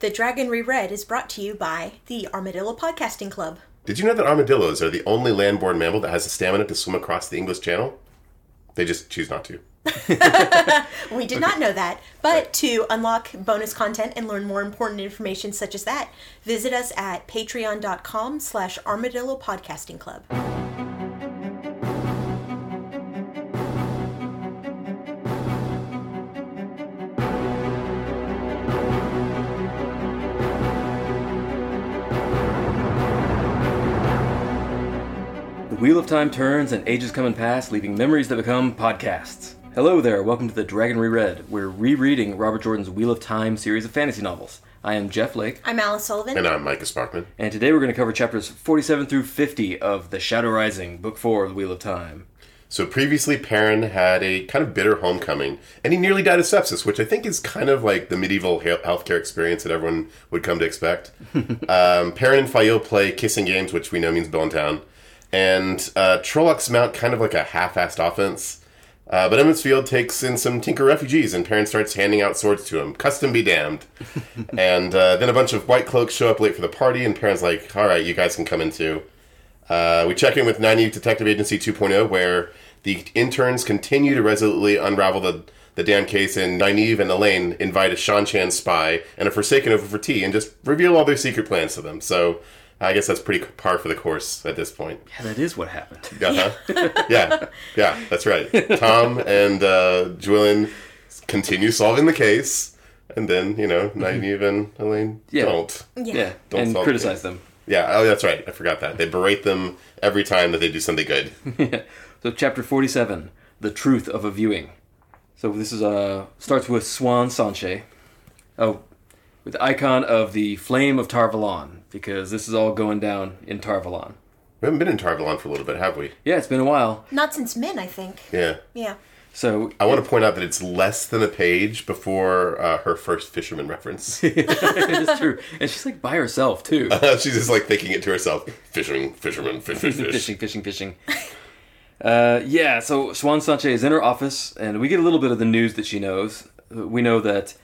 The Dragon Reread is brought to you by the Armadillo Podcasting Club. Did you know that armadillos are the only land-borne mammal that has the stamina to swim across the English Channel? They just choose not to. We did not know that, but to unlock bonus content and learn more important information such as that, visit us at patreon.com slash armadillo podcasting club. The wheel of time turns and ages come and pass, leaving memories that become podcasts. Hello there, welcome to the Dragon Reread. We're rereading Robert Jordan's Wheel of Time series of fantasy novels. I am Jeff Lake, I'm Alice Sullivan. And I'm Micah Sparkman. and today we're going to cover chapters 47 through 50 of The Shadow Rising, Book 4 of The Wheel of Time. So previously, Perrin had a kind of bitter homecoming, and he nearly died of sepsis, which I think is kind of like the medieval he- healthcare experience that everyone would come to expect. um, Perrin and Fayot play kissing games, which we know means Bone Town, and uh, Trollocs mount kind of like a half-assed offense. Uh, but Emmonsfield takes in some Tinker refugees, and Perrin starts handing out swords to him. Custom be damned. and uh, then a bunch of white cloaks show up late for the party, and Perrin's like, "All right, you guys can come in too." Uh, we check in with 90 Detective Agency 2.0, where the interns continue to resolutely unravel the, the damn case, and Nynaeve and Elaine invite a Shan Chan spy and a Forsaken over for tea and just reveal all their secret plans to them. So I guess that's pretty par for the course at this point. Yeah, that is what happened. Uh-huh. yeah, yeah, that's right. Tom and uh, Julian continue solving the case, and then, you know, Nynaeve and Elaine Yeah. don't. Yeah. Yeah, Don't and solve criticize it. them. Yeah, oh, that's right. I forgot that. They berate them every time that they do something good. So, chapter 47 The Truth of a Viewing. So, this is uh, starts with Swan Sanche. Oh, with the icon of the Flame of Tarvalon, because this is all going down in Tarvalon. We haven't been in Tarvalon for a little bit, have we? Yeah, it's been a while. Not since men, I think. Yeah. Yeah. So, I want to point out that it's less than a page before uh, her first fisherman reference. Uh, it's true. And she's like by herself, too. She's just like thinking it to herself fishing, fisherman, fish, fish, fish. fishing, fishing, fishing. Uh, yeah, so Swan Sanchez is in her office, and we get a little bit of the news that she knows. Uh, We know that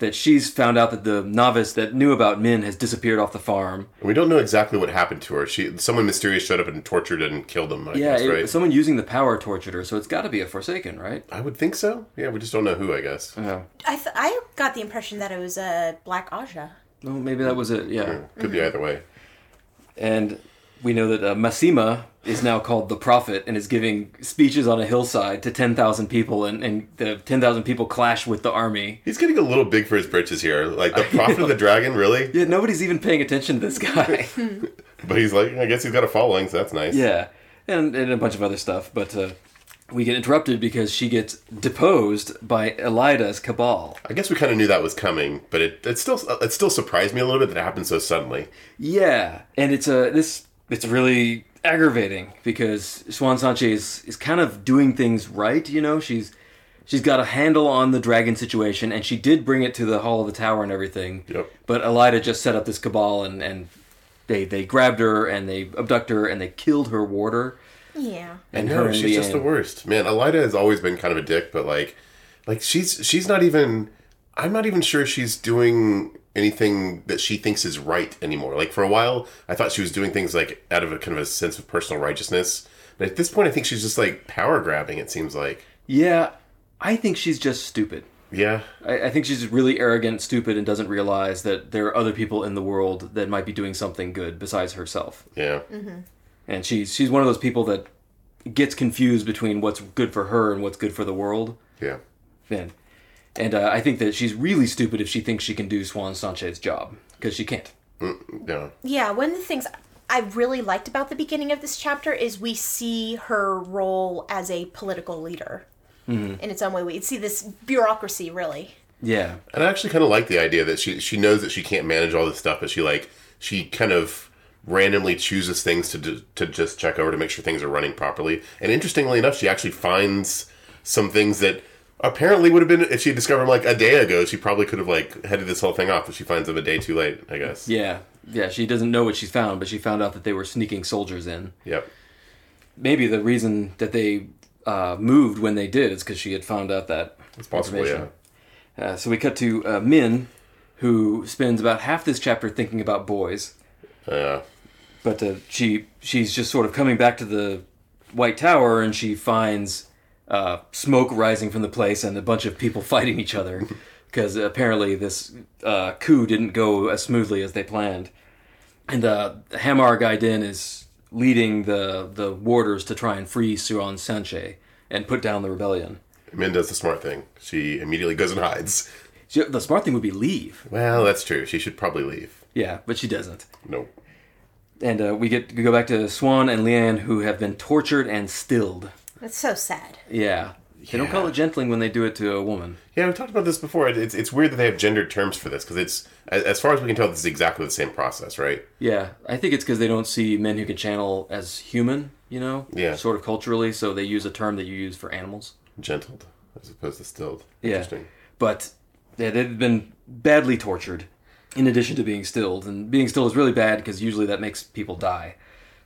that she's found out that the novice that knew about Min has disappeared off the farm. We don't know exactly what happened to her. She, someone mysterious showed up and tortured and killed him, I Yeah, guess, it- right? someone using the power tortured her, so it's got to be a Forsaken, right? I would think so. Yeah, we just don't know who, I guess. Yeah. I, th- I got the impression that it was a Black Aja. Well, maybe that was it. Yeah. Could be either way. And we know that uh, Massima is now called the Prophet and is giving speeches on a hillside to ten thousand people, and, and the ten thousand people clash with the army. He's getting a little big for his britches here. Like, the prophet of the dragon, really? Yeah, nobody's even paying attention to this guy. But he's like, I guess he's got a following, so that's nice. Yeah, and, and a bunch of other stuff. But uh, we get interrupted because she gets deposed by Elida's cabal. I guess we kind of knew that was coming, but it, it still it still surprised me a little bit that it happened so suddenly. Yeah, and it's a this it's really aggravating because Swan Sanchez is kind of doing things right. You know, she's she's got a handle on the dragon situation, and she did bring it to the Hall of the Tower and everything. Yep. But Elida just set up this cabal and and. They, they grabbed her and they abducted her and they killed her warder. Yeah. And No, her and she's just the Leanne. worst. Man, Elida has always been kind of a dick, but like like she's she's not even I'm not even sure she's doing anything that she thinks is right anymore. Like for a while I thought she was doing things like out of a kind of a sense of personal righteousness. But at this point I think she's just like power grabbing, it seems like. Yeah, I think she's just stupid. Yeah. I, I think she's just really arrogant, stupid, and doesn't realize that there are other people in the world that might be doing something good besides herself. Yeah. And she's she's one of those people that gets confused between what's good for her and what's good for the world. Yeah. And and uh, I think that she's really stupid if she thinks she can do Swan Sanchez's job because she can't. Yeah. Yeah, one of the things I really liked about the beginning of this chapter is we see her role as a political leader in its own way. We see this bureaucracy, really. Yeah, And I actually kind of like the idea that she she knows that she can't manage all this stuff, but she like she kind of randomly chooses things to d- to just check over to make sure things are running properly. And interestingly enough, she actually finds some things that apparently would have been if she had discovered them, like a day ago, she probably could have like headed this whole thing off, but she finds them a day too late, I guess. yeah, yeah. She doesn't know what she's found, but she found out that they were sneaking soldiers in. Yep. Maybe the reason that they uh, moved when they did is because she had found out that It's possible, yeah. information. Uh, so we cut to uh, Min, who spends about half this chapter thinking about boys. Yeah. But uh, she she's just sort of coming back to the White Tower, and she finds uh, smoke rising from the place and a bunch of people fighting each other because apparently this uh, coup didn't go as smoothly as they planned. And uh, Hamar Gaiden is leading the the warders to try and free Suan Sanche and put down the rebellion. Min does the smart thing. She immediately goes and hides. She, the smart thing would be leave. Well, that's true. She should probably leave. Yeah, but she doesn't. Nope. And uh, we get we go back to Swan and Leanne, who have been tortured and stilled. That's so sad. Yeah. They don't Yeah. call it gentling when they do it to a woman. Yeah, we talked about this before. It- It's, it's weird that they have gendered terms for this because it's, a- as far as we can tell, this is exactly the same process, right? Yeah, I think it's because they don't see men who can channel as human, you know? Yeah. Sort of culturally, so they use a term that you use for animals. Gentled as opposed to stilled. Yeah. Interesting. But yeah, they've been badly tortured in addition to being stilled. And being stilled is really bad because usually that makes people die.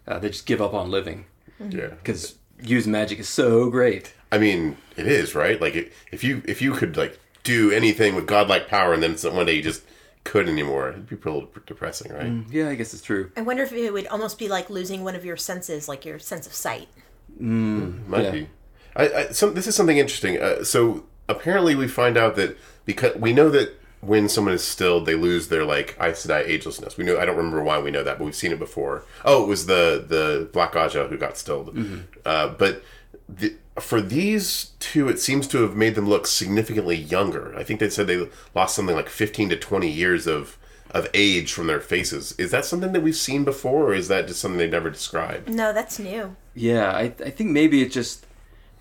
Uh, they just give up on living Yeah. because using magic is so great. I mean, it is right. Like it, if you if you could like do anything with godlike power, and then some- one day you just couldn't anymore, it'd be pretty depressing, right? Yeah, I guess it's true. I wonder if it would almost be like losing one of your senses, like your sense of sight. Might Yeah. be. I, I some, this is something interesting. Uh, so apparently, we find out that because we know that when someone is stilled, they lose their like Aes Sedai agelessness. We know I don't remember why we know that, but we've seen it before. Oh, it was the the Black Aja who got stilled. Uh, but the, for these two, it seems to have made them look significantly younger. I think they said they lost something like fifteen to twenty years of. Of age from their faces. Is that something that we've seen before, or is that just something they never described? No, that's new. Yeah, I, I think maybe it's just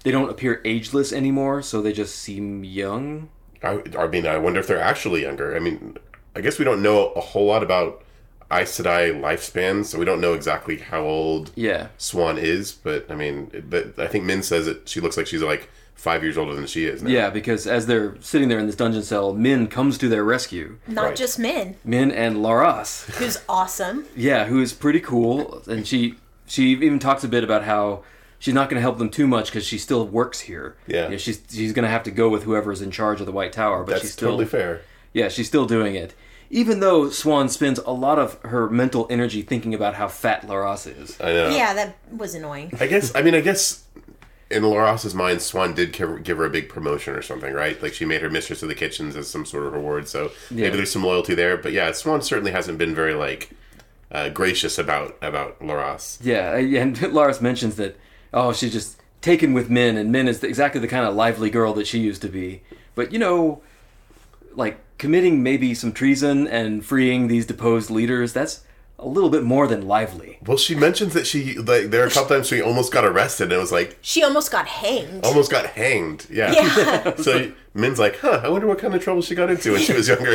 they don't appear ageless anymore, so they just seem young. I, I mean, I wonder if they're actually younger. I mean, I guess we don't know a whole lot about Aes Sedai lifespan, so we don't know exactly how old Yeah. Swan is. But I mean, it- but I think Min says that she looks like she's like five years older than she is. Now. Yeah, because as they're sitting there in this dungeon cell, Min comes to their rescue. Not Right. just men, Min and Laras. who's awesome. Yeah, who is pretty cool, and she she even talks a bit about how she's not going to help them too much because she still works here. Yeah. You know, she's she's going to have to go with whoever's in charge of the White Tower, but that's she's still totally fair. yeah she's still doing it. Even though Swan spends a lot of her mental energy thinking about how fat Laras is. I know. Yeah, that was annoying. I guess. I mean, I guess in Laras's mind, Swan did give give her a big promotion or something, right? Like she made her mistress of the kitchens as some sort of reward. So Yeah. maybe there's some loyalty there. But yeah, Swan certainly hasn't been very like uh, gracious about about Laras. Yeah, and Laras mentions that oh she's just taken with men, and Min is exactly the kind of lively girl that she used to be. But you know, like committing maybe some treason and freeing these deposed leaders, that's a little bit more than lively. Well, she mentions that she like there are a couple times she almost got arrested and it was like She almost got hanged. almost got hanged. Yeah. Yeah. So Min's like, huh? I wonder what kind of trouble she got into when she was younger.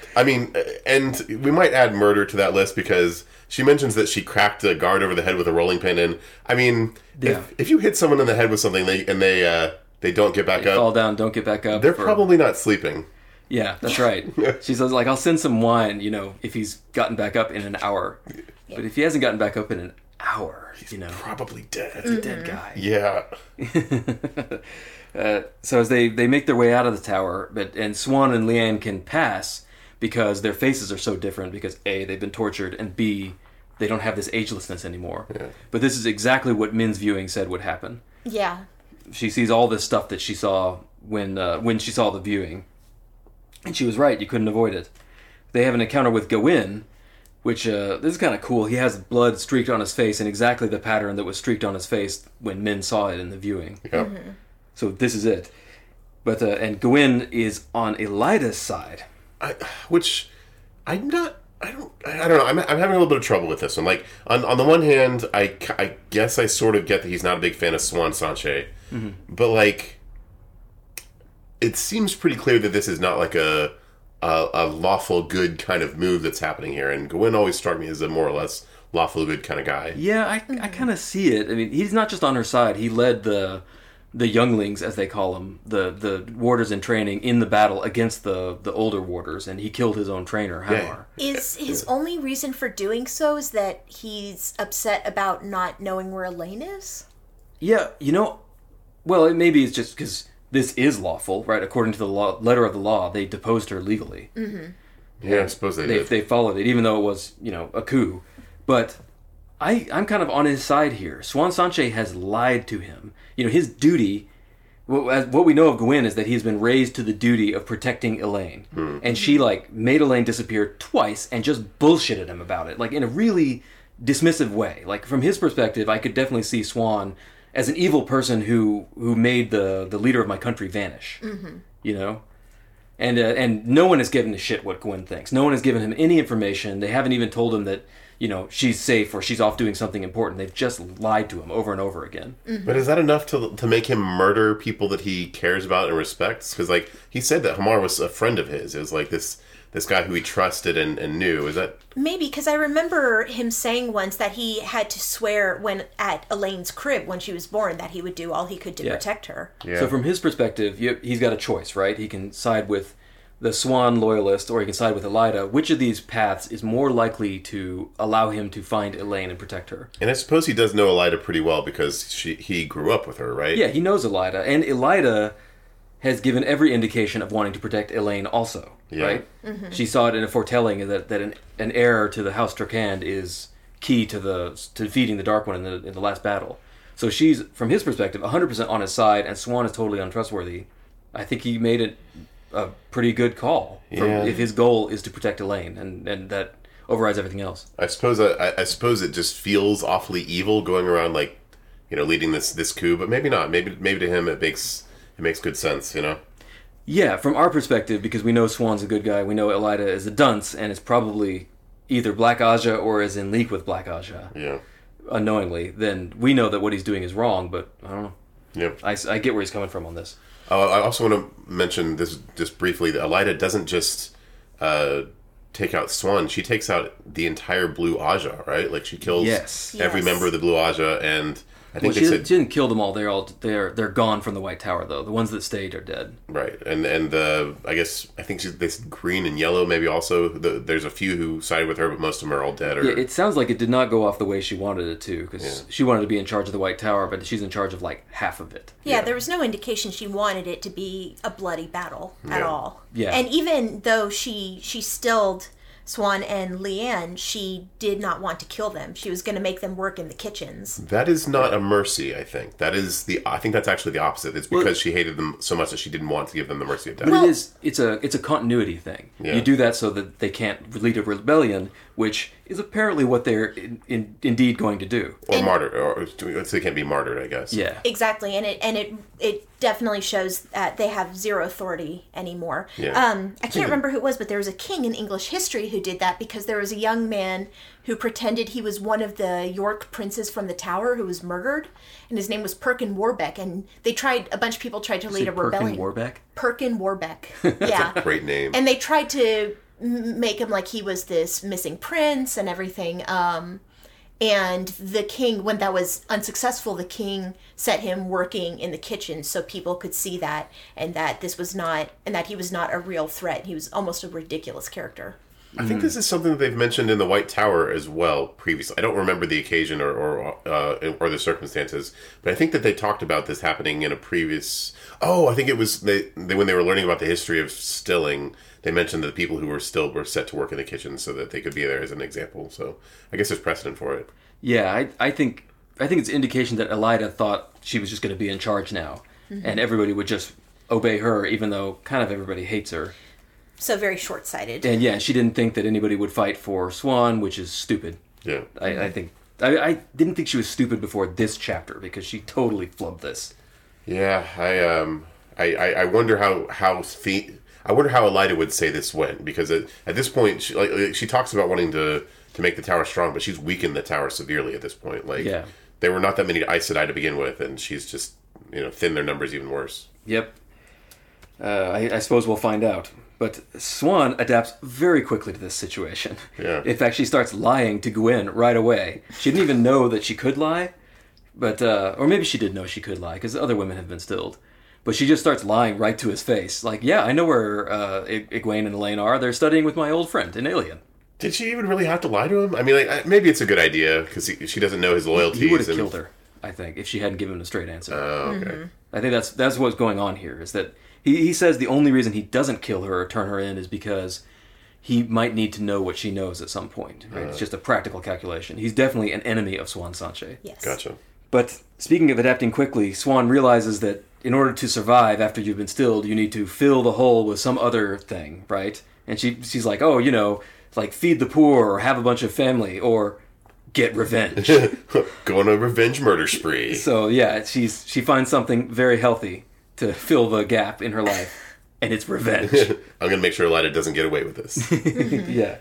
I mean, uh, and we might add murder to that list because she mentions that she cracked a guard over the head with a rolling pin. And I mean, Yeah. if, if you hit someone in the head with something, they and they uh, they don't get back Fall up. down, don't get back up. They're for- probably not sleeping. yeah, that's right. she says like I'll send some wine, you know, if he's gotten back up in an hour. But if he hasn't gotten back up in an hour, you know, Probably dead. dead guy. Yeah. So as they they make their way out of the tower, but and Swan and Leanne can pass because their faces are so different. Because a they've been tortured, and b they don't have this agelessness anymore. But this is exactly what Min's viewing said would happen. yeah. She sees all this stuff that she saw when uh, when she saw the viewing, and she was right. You couldn't avoid it. They have an encounter with Gawain, which uh, this is kind of cool. He has blood streaked on his face in exactly the pattern that was streaked on his face when Min saw it in the viewing. Yeah. So this is it. But uh, and Gwyn is on Elida's side. I, which I'm not. I don't. I I don't know. I'm, I'm having a little bit of trouble with this one. Like on, on the one hand, I, c- I guess I sort of get that he's not a big fan of Swan Sanche, but like, it seems pretty clear that this is not like a, a a lawful good kind of move that's happening here. And Gwyn always struck me as a more or less lawful good kind of guy. Yeah, I I kind of see it. I mean, he's not just on her side. He led the the younglings, as they call them, the the warders in training in the battle against the the older warders, and he killed his own trainer Hamar. Is his only reason for doing so is that he's upset about not knowing where Elaine is? Yeah, you know, well, it, maybe it's just because this is lawful, right? According to the law, letter of the law, they deposed her legally. Yeah, I suppose they, They, did. they followed it, even though it was, you know, a coup. But I, I'm kind of on his side here. Swan Sanche has lied to him. You know, his duty, well, as- what we know of Gwen is that he's been raised to the duty of protecting Elaine. And she, like, made Elaine disappear twice and just bullshitted him about it, like, in a really dismissive way. Like, from his perspective, I could definitely see Swan as an evil person who, who made the, the leader of my country vanish. You know? and uh, and no one has given a shit what Gwen thinks. No one has given him any information. They haven't even told him that you know she's safe or she's off doing something important. They've just lied to him over and over again. But is that enough to to make him murder people that he cares about and respects? Because like he said that Hamar was a friend of his. It was like this this guy who he trusted and, and knew. Is that Maybe because I remember him saying once that he had to swear when at Elaine's crib when she was born that he would do all he could to protect her. yeah? So from his perspective, you, he's got a choice, right? He can side with the Swan loyalist, or he can side with Elida. Which of these paths is more likely to allow him to find Elaine and protect her? and I suppose he does know Elida pretty well because she he grew up with her, right? Yeah, he knows Elida, and Elida has given every indication of wanting to protect Elaine also, Yeah. right? She saw it in a foretelling that, that an, an heir to the House Turkand is key to the to defeating the Dark One in the, in the last battle. So she's, from his perspective, 100% on his side, and Swan is totally untrustworthy. I think he made it a pretty good call from, Yeah. if his goal is to protect Elaine, and, and that overrides everything else. I suppose I, I- I suppose it just feels awfully evil going around like you know leading this this coup, but maybe not. Maybe maybe to him it makes it makes good sense. You know. Yeah, from our perspective, because we know Swan's a good guy, we know Elida is a dunce and is probably either Black Aja or is in league with Black Aja Yeah. unknowingly, then we know that what he's doing is wrong, but I don't know. Yeah. I, s- I get where he's coming from on this. Uh, I also want to mention this just briefly that Elida doesn't just uh, take out Swan; she takes out the entire Blue Aja, right? Like she kills Yes. every Yes. member of the Blue Aja, and I Well, think she, they didn't- said she didn't kill them all. They're all they're they're gone from the White Tower though. The ones that stayed are dead. right, and and the I guess I think she, they said green and yellow maybe also. The, there's a few who sided with her, but most of them are all dead. Or Yeah, it sounds like it did not go off the way she wanted it to because she wanted to be in charge of the White Tower, but she's in charge of like half of it. Yeah, there was no indication she wanted it to be a bloody battle at Yeah. all. Yeah. And even though she she stilled Swan and Leanne, she did not want to kill them. She was going to make them work in the kitchens. that is not a mercy. I think that is the I think that's actually the opposite. It's because she hated them so much that she didn't want to give them the mercy of death. But it is it's a it's a continuity thing. Yeah. You do that so that they can't lead a rebellion, which is apparently what they're in, in, indeed going to do. or martyred, or so they can't be martyred, I guess. Yeah. Exactly, and it and it it definitely shows that they have zero authority anymore. Yeah. Um, I can't remember who it was, but there was a king in English history who did that because there was a young man who pretended he was one of the York princes from the Tower who was murdered, and his name was Perkin Warbeck, and they tried a bunch of people tried to lead a Perkin rebellion. Warbeck. Perkin Warbeck, yeah, Great name. and they tried to m- make him like he was this missing prince and everything. Um, and the king, when that was unsuccessful, the king set him working in the kitchen so people could see that and that this was not, and that he was not a real threat. He was almost a ridiculous character. I think this is something that they've mentioned in the White Tower as well previously. I don't remember the occasion or or, uh, or the circumstances, but I think that they talked about this happening in a previous. Oh, I think it was they, they when they were learning about the history of stilling. They mentioned that the people who were stilled were set to work in the kitchen so that they could be there as an example. So I guess there's precedent for it. Yeah, I, I think I think it's indication that Elida thought she was just going to be in charge now, Mm-hmm. and everybody would just obey her, even though kind of everybody hates her. So very short sighted. And yeah, she didn't think that anybody would fight for Swan, which is stupid. Yeah. Mm-hmm. I, I think I, I didn't think she was stupid before this chapter because she totally flubbed this. Yeah, I um, I, I, I wonder how how the, I wonder how Elida would say this went because at, at this point she like, like, she talks about wanting to to make the tower strong, but she's weakened the tower severely at this point. Like Yeah. there were not that many Aes Sedai to begin with, and she's just you know thinned their numbers even worse. Yep. Uh, I, I suppose we'll find out. But Swan adapts very quickly to this situation. Yeah. In fact, she starts lying to Gwen right away. She didn't even know that she could lie, but uh, or maybe she did know she could lie because other women have been stilled. But she just starts lying right to his face, like, "Yeah, I know where uh, I- Egwene and Elaine are. They're studying with my old friend, an alien." Did she even really have to lie to him? I mean, like I- maybe it's a good idea because she doesn't know his loyalties. He would have and- killed her, I think, if she hadn't given him a straight answer. Oh, okay. I think that's that's what's going on here is that he, he says the only reason he doesn't kill her or turn her in is because he might need to know what she knows at some point. Right? Uh. It's just a practical calculation. He's definitely an enemy of Swan Sanche. Yes. Gotcha. But speaking of adapting quickly, Swan realizes that in order to survive after you've been stilled, you need to fill the hole with some other thing, right? And she she's like, "Oh, you know, like feed the poor or have a bunch of family or get revenge." Go on a revenge murder spree. so, yeah, she's she finds something very healthy to fill the gap in her life, and it's revenge. I'm gonna make sure Elida doesn't get away with this. yeah.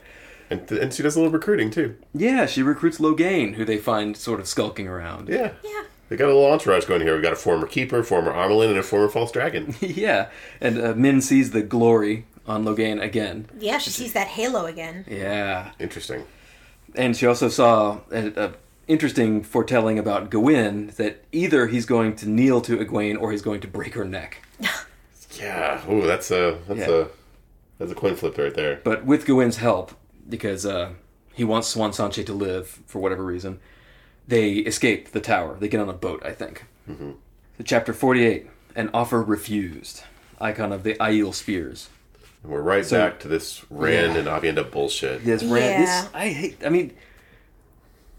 and, and she does a little recruiting too. Yeah, she recruits Loghain, who they find sort of skulking around. Yeah. Yeah. They got a little entourage going here. We got a former keeper, former Armelin, and a former false dragon. yeah, and uh, Min sees the glory on Loghain again. Yeah, she sees that halo again. Yeah. Interesting. and she also saw an a interesting foretelling about Gawain that either he's going to kneel to Egwene or he's going to break her neck. Yeah. Ooh, that's a that's Yeah. a that's a coin flip right there. But with Gawain's help, because uh, he wants Swan Sanche to live for whatever reason, they escape the tower. They get on a boat, I think. Mm-hmm. So chapter 48 An Offer Refused. Icon of the Aiel Spears. And we're right back to this Ran and Avienda bullshit. Yes, Rand. Yeah. This, I hate. I mean,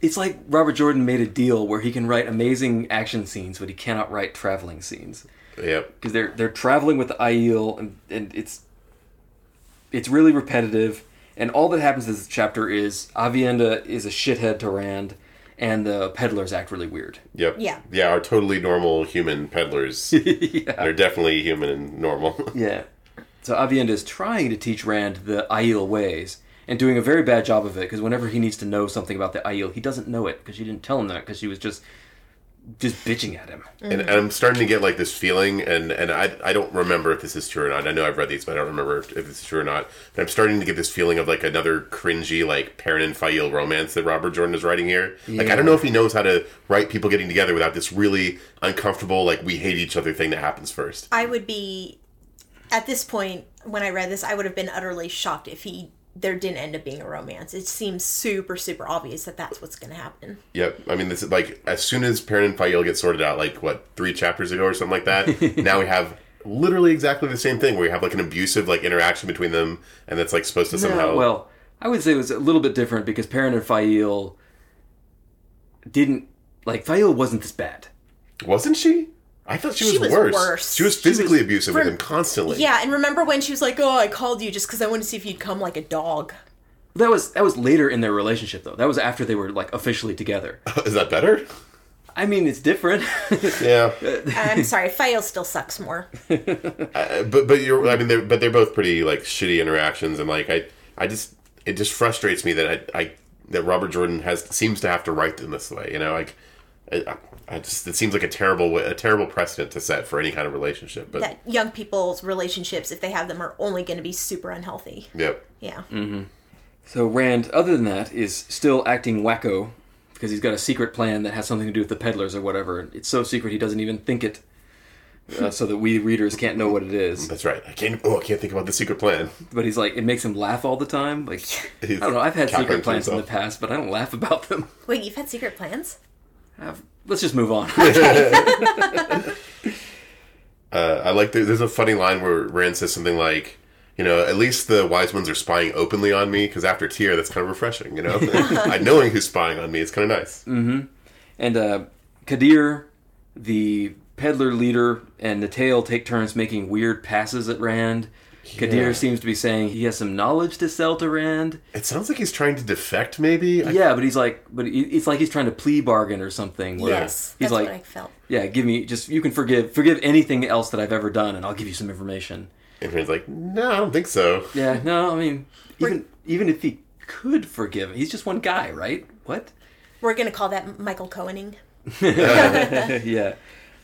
it's like Robert Jordan made a deal where he can write amazing action scenes, but he cannot write traveling scenes. Yep. because they're they're traveling with the Aiel and, and it's it's really repetitive and all that happens in this chapter is Avienda is a shithead to Rand and the peddlers act really weird. Yep. Yeah. Yeah. Are totally normal human peddlers. yeah. They're definitely human and normal. Yeah. So Avienda is trying to teach Rand the Aiel ways and doing a very bad job of it because whenever he needs to know something about the Aiel, he doesn't know it because she didn't tell him that because she was just just bitching at him. and, and I'm starting to get like this feeling, and and I I don't remember if this is true or not. I know I've read these, but I don't remember if if it's true or not. But I'm starting to get this feeling of like another cringy like Perrin and Fayil romance that Robert Jordan is writing here. Like I don't know if he knows how to write people getting together without this really uncomfortable like we hate each other thing that happens first. I would be at this point when I read this, I would have been utterly shocked if he there didn't end up being a romance. It seems super super obvious that that's what's going to happen. Yep. I mean, this is like as soon as Perrin and Fayil get sorted out, like what three chapters ago or something like that. now we have. Literally exactly the same thing where you have like an abusive like interaction between them, and that's like supposed to somehow. Uh, Well, I would say it was a little bit different because Perrin and Fael didn't like Fael wasn't this bad. Wasn't she? I thought she was, She was worse. worse. She was physically abusive with for- him constantly. Yeah, and remember when she was like, "Oh, I called you just cuz I wanted to see if you'd come like a dog." That was that was later in their relationship though. That was after they were like officially together. Is that better? Uh, I mean, it's different. Yeah. I'm sorry, Fael still sucks more. Uh, but but you're I mean they're but they're both pretty like shitty interactions and like I I just it just frustrates me that I, I that Robert Jordan has seems to have to write them this way, you know, like I, I just it seems like a terrible way- a terrible precedent to set for any kind of relationship. But That young people's relationships if they have them are only going to be super unhealthy. yep. Yeah. Mm. so Rand, other than that, is still acting wacko because he's got a secret plan that has something to do with the peddlers or whatever. It's so secret he doesn't even think it, uh, so that we readers can't know what it is. That's right. I can't oh I can't think about the secret plan. But he's like, it makes him laugh all the time. Like, I He's don't know. I've had cackling secret to plans in the himself. past, but I don't laugh about them. Wait, you've had secret plans? I've- let's just move on. Uh, I like the, there's a funny line where Rand says something like, you know, at least the wise ones are spying openly on me because after Tyr, that's kind of refreshing, you know. I knowing who's spying on me is kind of nice. And uh, Kadir, the peddler leader, and the tail take turns making weird passes at Rand. Yeah. Kadir seems to be saying he has some knowledge to sell to Rand. It sounds like he's trying to defect, maybe. I- yeah, but he's like, but he- it's like he's trying to plea bargain or something. where Yes. he's that's like, what I felt. yeah, give me just you can forgive forgive anything else that I've ever done, and I'll give you some information. and Rand's like, no, I don't think so. Yeah, no, I mean, even even if he could forgive, he's just one guy, right? What? We're going to call that Michael Cohening. yeah.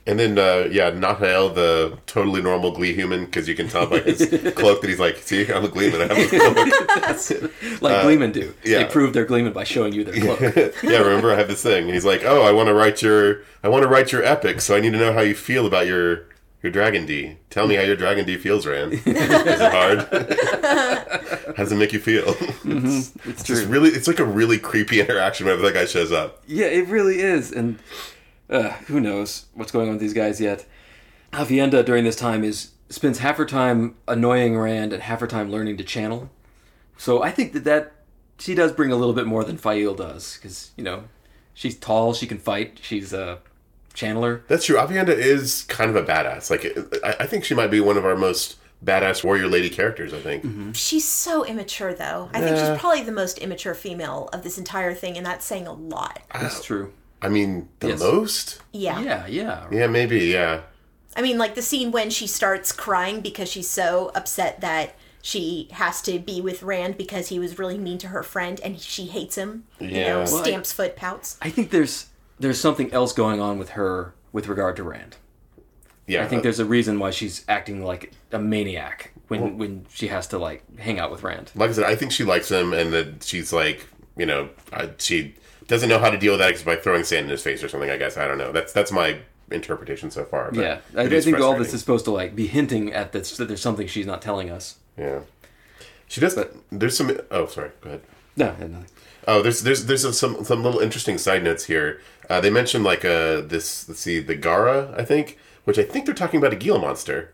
And then, uh, yeah, Nahel, the totally normal Glee human, because you can tell by his cloak that he's like, see, I'm a Gleeman. I have a cloak. Like Gleeman do. yeah. They prove they're Gleeman by showing you their cloak. yeah, remember I have this thing. And he's like, oh, I want to write your, I want to write your epic, so I need to know how you feel about your. Your Dragon D. Tell me how your Dragon D feels, Rand. Is it hard? how does it make you feel? it's, It's true. just really, it's like a really creepy interaction whenever that guy shows up. Yeah, it really is, and uh, who knows what's going on with these guys yet. Hacienda during this time is spends half her time annoying Rand and half her time learning to channel. So I think that that she does bring a little bit more than Fael does because you know she's tall, she can fight, she's a channeler. That's true. Avienda is kind of a badass. Like, I, I think she might be one of our most badass warrior lady characters. I think. She's so immature, though. I think Yeah. she's probably the most immature female of this entire thing, and that's saying a lot. That's true. I mean, the Yes. most. Yeah. Yeah, yeah. Yeah, maybe. Yeah. I mean, like the scene when she starts crying because she's so upset that she has to be with Rand because he was really mean to her friend and she hates him. You Yeah. know, Well, I- stamps foot pouts. I think there's there's something else going on with her with regard to Rand. Yeah. I think there's a reason why she's acting like a maniac when when she has to like hang out with Rand. like I said, I think she likes him, and that she's like, you know, uh, she doesn't know how to deal with that except by throwing sand in his face or something. I guess I don't know. That's that's my interpretation so far. but Yeah, I, I it is think all this frustrating. is supposed to like be hinting at this that there's something she's not telling us. Yeah. She does. there's some. Oh, sorry. Go ahead. No, no. Oh, there's there's there's some some, some little interesting side notes here. Uh, they mentioned like uh this let's see the Gara I think, which I think they're talking about a Gila monster.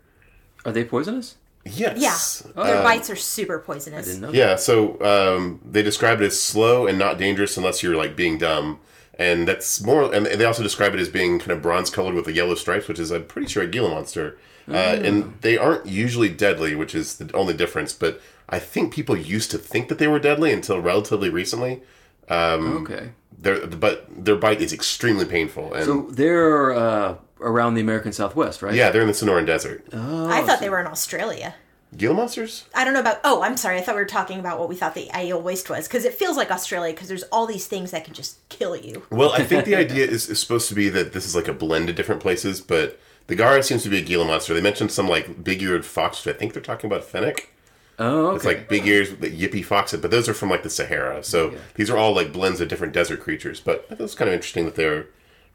Are they poisonous? Yeah. Yes. Their Uh, bites are super poisonous. Didn't know. yeah. So um, they describe it as slow and not dangerous unless you're like being dumb, and that's more. And they also describe it as being kind of bronze colored with the yellow stripes, which is I'm pretty sure a Gila monster. Uh, And they aren't usually deadly, which is the only difference. But I think people used to think that they were deadly until relatively recently. Okay. Their but their bite is extremely painful, and So they're uh, around the American Southwest, right? yeah, they're in the Sonoran Desert. I thought they were in Australia. Gila monsters? I don't know about. Oh, I'm sorry. I thought we were talking about what we thought the ideal waste was because it feels like Australia because there's all these things that can just kill you. Well, I think the idea is, is supposed to be that this is like a blend of different places, but the Gara seems to be a Gila monster. They mentioned some like big-eared fox. which I think they're talking about fennec. Oh, okay. It's like big ears, the yippy foxes, but those are from like the Sahara. So these are all like blends of different desert creatures. But I thought it was kind of interesting that they're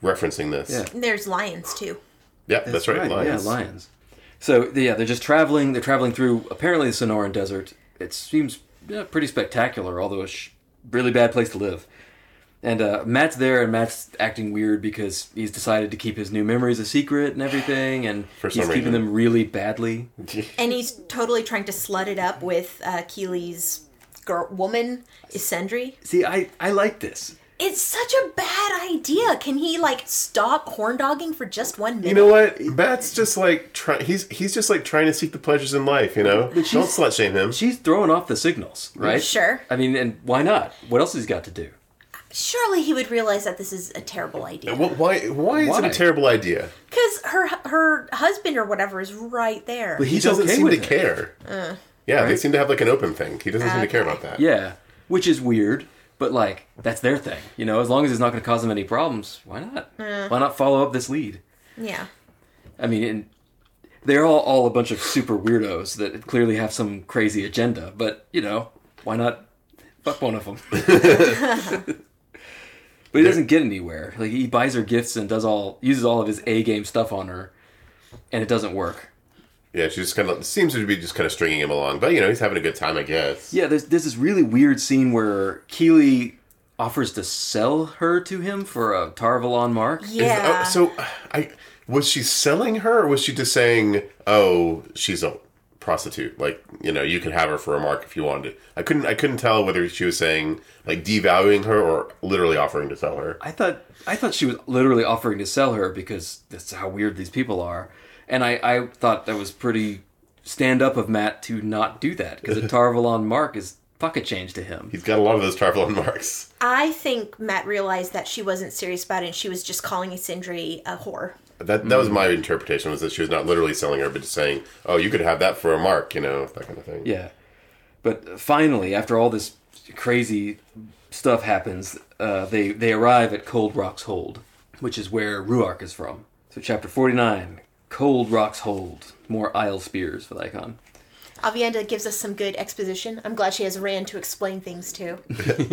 referencing this. Yeah. And there's lions too. Yeah, that's, right. lions. Yeah, lions. So yeah, they're just traveling. They're traveling through apparently the Sonoran Desert. It seems yeah, pretty spectacular, although a sh- really bad place to live. And uh, Matt's there, and Matt's acting weird because he's decided to keep his new memories a secret and everything, and some he's keeping reason. them really badly. And he's totally trying to slut it up with uh, Keely's girl woman, Isendri. See, I I like this. It's such a bad idea. Can he like stop horn dogging for just one minute? You know what? Matt's just like trying. He's he's just like trying to seek the pleasures in life. You know, don't she's- slut shame him. She's throwing off the signals, right? Sure. I mean, and why not? What else has he got to do? Surely he would realize that this is a terrible idea. Wh- why? Why is it Why? a terrible idea? Because her her husband or whatever is right there. But he he's doesn't okay seem with to it. care. yeah, they seem to have like an open thing. He doesn't seem to care about that. Yeah, which is weird, but like that's their thing. You know, as long as it's not going to cause them any problems, why not? Why not follow up this lead? yeah. I mean, and they're all all a bunch of super weirdos that clearly have some crazy agenda, but you know, why not fuck one of them? but he doesn't get anywhere. Like he buys her gifts and does all uses all of his A game stuff on her, and it doesn't work. Yeah, she just kind of seems to be just kind of stringing him along, but you know he's having a good time, I guess. Yeah, there's there's this really weird scene where Keeley offers to sell her to him for a Tarvalon mark. Is- Yeah. oh, so I was she selling her, or was she just saying, "Oh, she's a prostitute. Like you know, you can have her for a mark if you wanted." I couldn't. I couldn't tell whether she was saying like devaluing her or literally offering to sell her. I thought I thought she was literally offering to sell her because that's how weird these people are, and I, I thought that was pretty stand up of Matt to not do that because a Tarvalon mark is pocket change to him. He's got a lot of those Tarvalon marks. I think Matt realized that she wasn't serious about it and she was just calling Isendri a whore. That that was Mm. my interpretation was that she was not literally selling her, but just saying, "Oh, you could have that for a mark," you know, that kind of thing. Yeah, but finally, after all this crazy stuff happens, uh, they they arrive at Cold Rock's Hold, which is where Ruark is from. So chapter forty nine, Cold Rock's Hold, more Isle Spears for the icon. Avienda gives us some good exposition. I'm glad she has Rand to explain things to.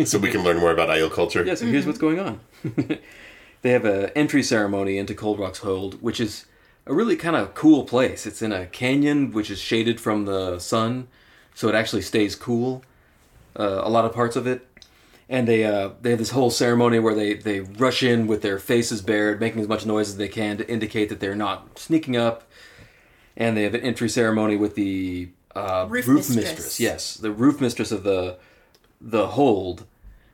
so we can learn more about IO culture. Yeah, so here's what's going on. they have a entry ceremony into Cold Rock's Hold, which is a really kind of cool place. It's in a canyon which is shaded from the sun, so it actually stays cool. Uh, a lot of parts of it, and they uh, they have this whole ceremony where they they rush in with their faces bared, making as much noise as they can to indicate that they're not sneaking up. And they have an entry ceremony with the uh, Roof mistress. Yes, the roof mistress of the the hold,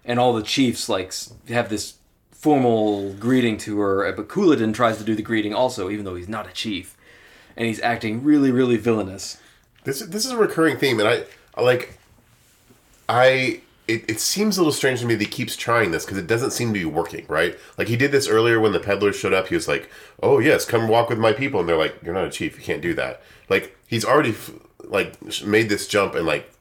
and all the chiefs like s- have this formal greeting to her. uh, But Cooladin tries to do the greeting also, even though he's not a chief, and he's acting really really villainous. This this is a recurring theme, and I, I like, I it, it seems a little strange to me that he keeps trying this because it doesn't seem to be working, right? Like he did this earlier when the peddlers showed up. He was like, "Oh yes, come walk with my people," and they're like, "You're not a chief. You can't do that." Like he's already f- like sh- made this jump and like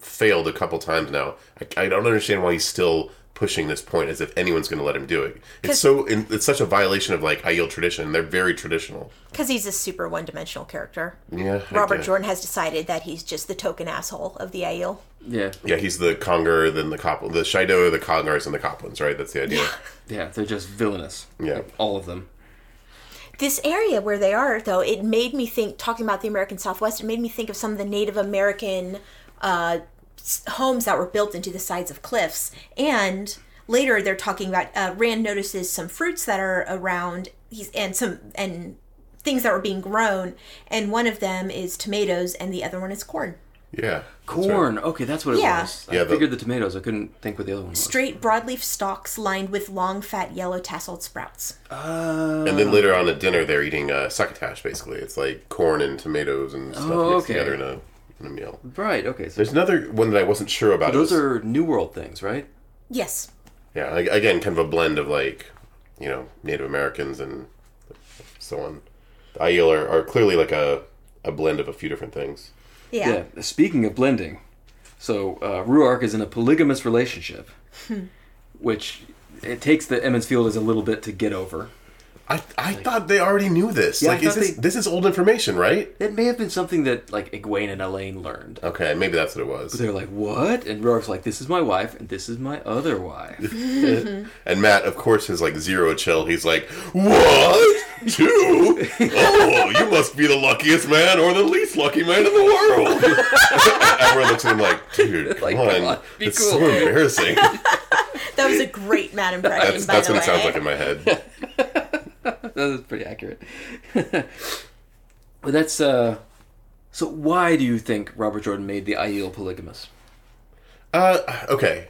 failed a couple times now. I, I don't understand why he's still pushing this point as if anyone's going to let him do it. It's 'Cause- so in, it's such a violation of like Aiel tradition. They're very traditional. Because he's a super one dimensional character. Yeah, I Robert guess. Jordan has decided that he's just the token asshole of the Aiel. Yeah, Yeah, he's the conger, then the cop, the Shido, the congers, and the coplins, right? That's the idea. yeah, they're just villainous. Yeah. Like, all of them. This area where they are, though, it made me think, talking about the American Southwest, it made me think of some of the Native American uh, s- homes that were built into the sides of cliffs. And later they're talking about, uh, Rand notices some fruits that are around he's, and some, and things that were being grown. And one of them is tomatoes and the other one is corn. Yeah. That's right. Corn. Okay, that's what it Yeah. was. I Yeah, the- figured the tomatoes. I couldn't think what the other one was. Straight broadleaf stalks lined with long, fat, yellow tasseled sprouts. Uh, And then later on at dinner, they're eating uh, succotash, basically. It's like corn and tomatoes and stuff Oh, mixed okay. together in a, in a meal. right. Okay. So There's another one that I wasn't sure about. It those was- are New World things, right? Yes. Yeah, like, again, kind of a blend of like, you know, Native Americans and so on. The Aiel are, are clearly like a, a blend of a few different things. Yeah. Speaking of blending, so uh, Ruark is in a polygamous relationship, Hmm. which it takes the Emmons Fielders a little bit to get over. I, I thought they already knew this. Yeah, I like, is thought this, they- this is old information, right? It may have been something that like Egwene and Elaine learned. Okay, maybe that's what it was. They're like, "What?" And Ruark's like, "This is my wife, and this is my other wife." And Matt, of course, is like zero chill. He's like, "What? Two? Oh, you must be the luckiest man or the least lucky man in the world." Everyone looks at him like, "Dude, come Like, on, come on, be it's cool, so dude." embarrassing." That was a great Matt impression, That's, by that's the what way. it sounds like in my head. that is pretty accurate. but that's uh. So why do you think Robert Jordan made the Aiel polygamous? Uh, okay,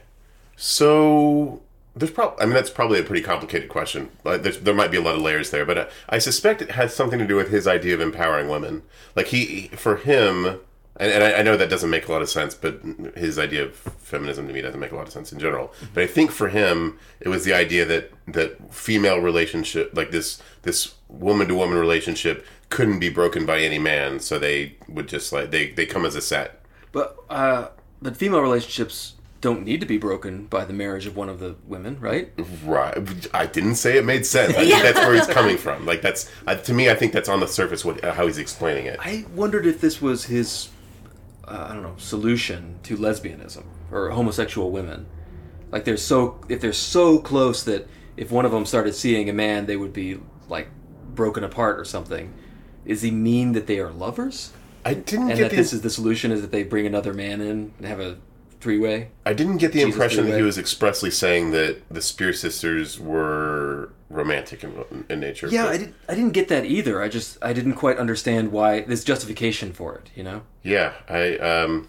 so there's probably. I mean, that's probably a pretty complicated question. Like, there's, there might be a lot of layers there, but uh, I suspect it has something to do with his idea of empowering women. Like he, for him, and, and I, I know that doesn't make a lot of sense, but his idea of feminism to me doesn't make a lot of sense in general. But I think for him, it was the idea that that female relationship, like this this woman to woman relationship, couldn't be broken by any man. So they would just like they they come as a set. But uh, but female relationships don't need to be broken by the marriage of one of the women, right? Right. I didn't say it made sense. I think that's where he's coming from. Like that's uh, to me. I think that's on the surface what uh, how he's explaining it. I wondered if this was his uh, I don't know solution to lesbianism or homosexual women. Like they're so if they're so close that if one of them started seeing a man, they would be like broken apart or something. Is he mean that they are lovers I didn't and get that the this is the solution is that they bring another man in and have a three way? I didn't get the Jesus impression that he Freeway. was expressly saying that the Spear Sisters were romantic in, in nature. Yeah, but- I didn't. I didn't get that either. I just I didn't quite understand why there's justification for it. You know. Yeah, I um,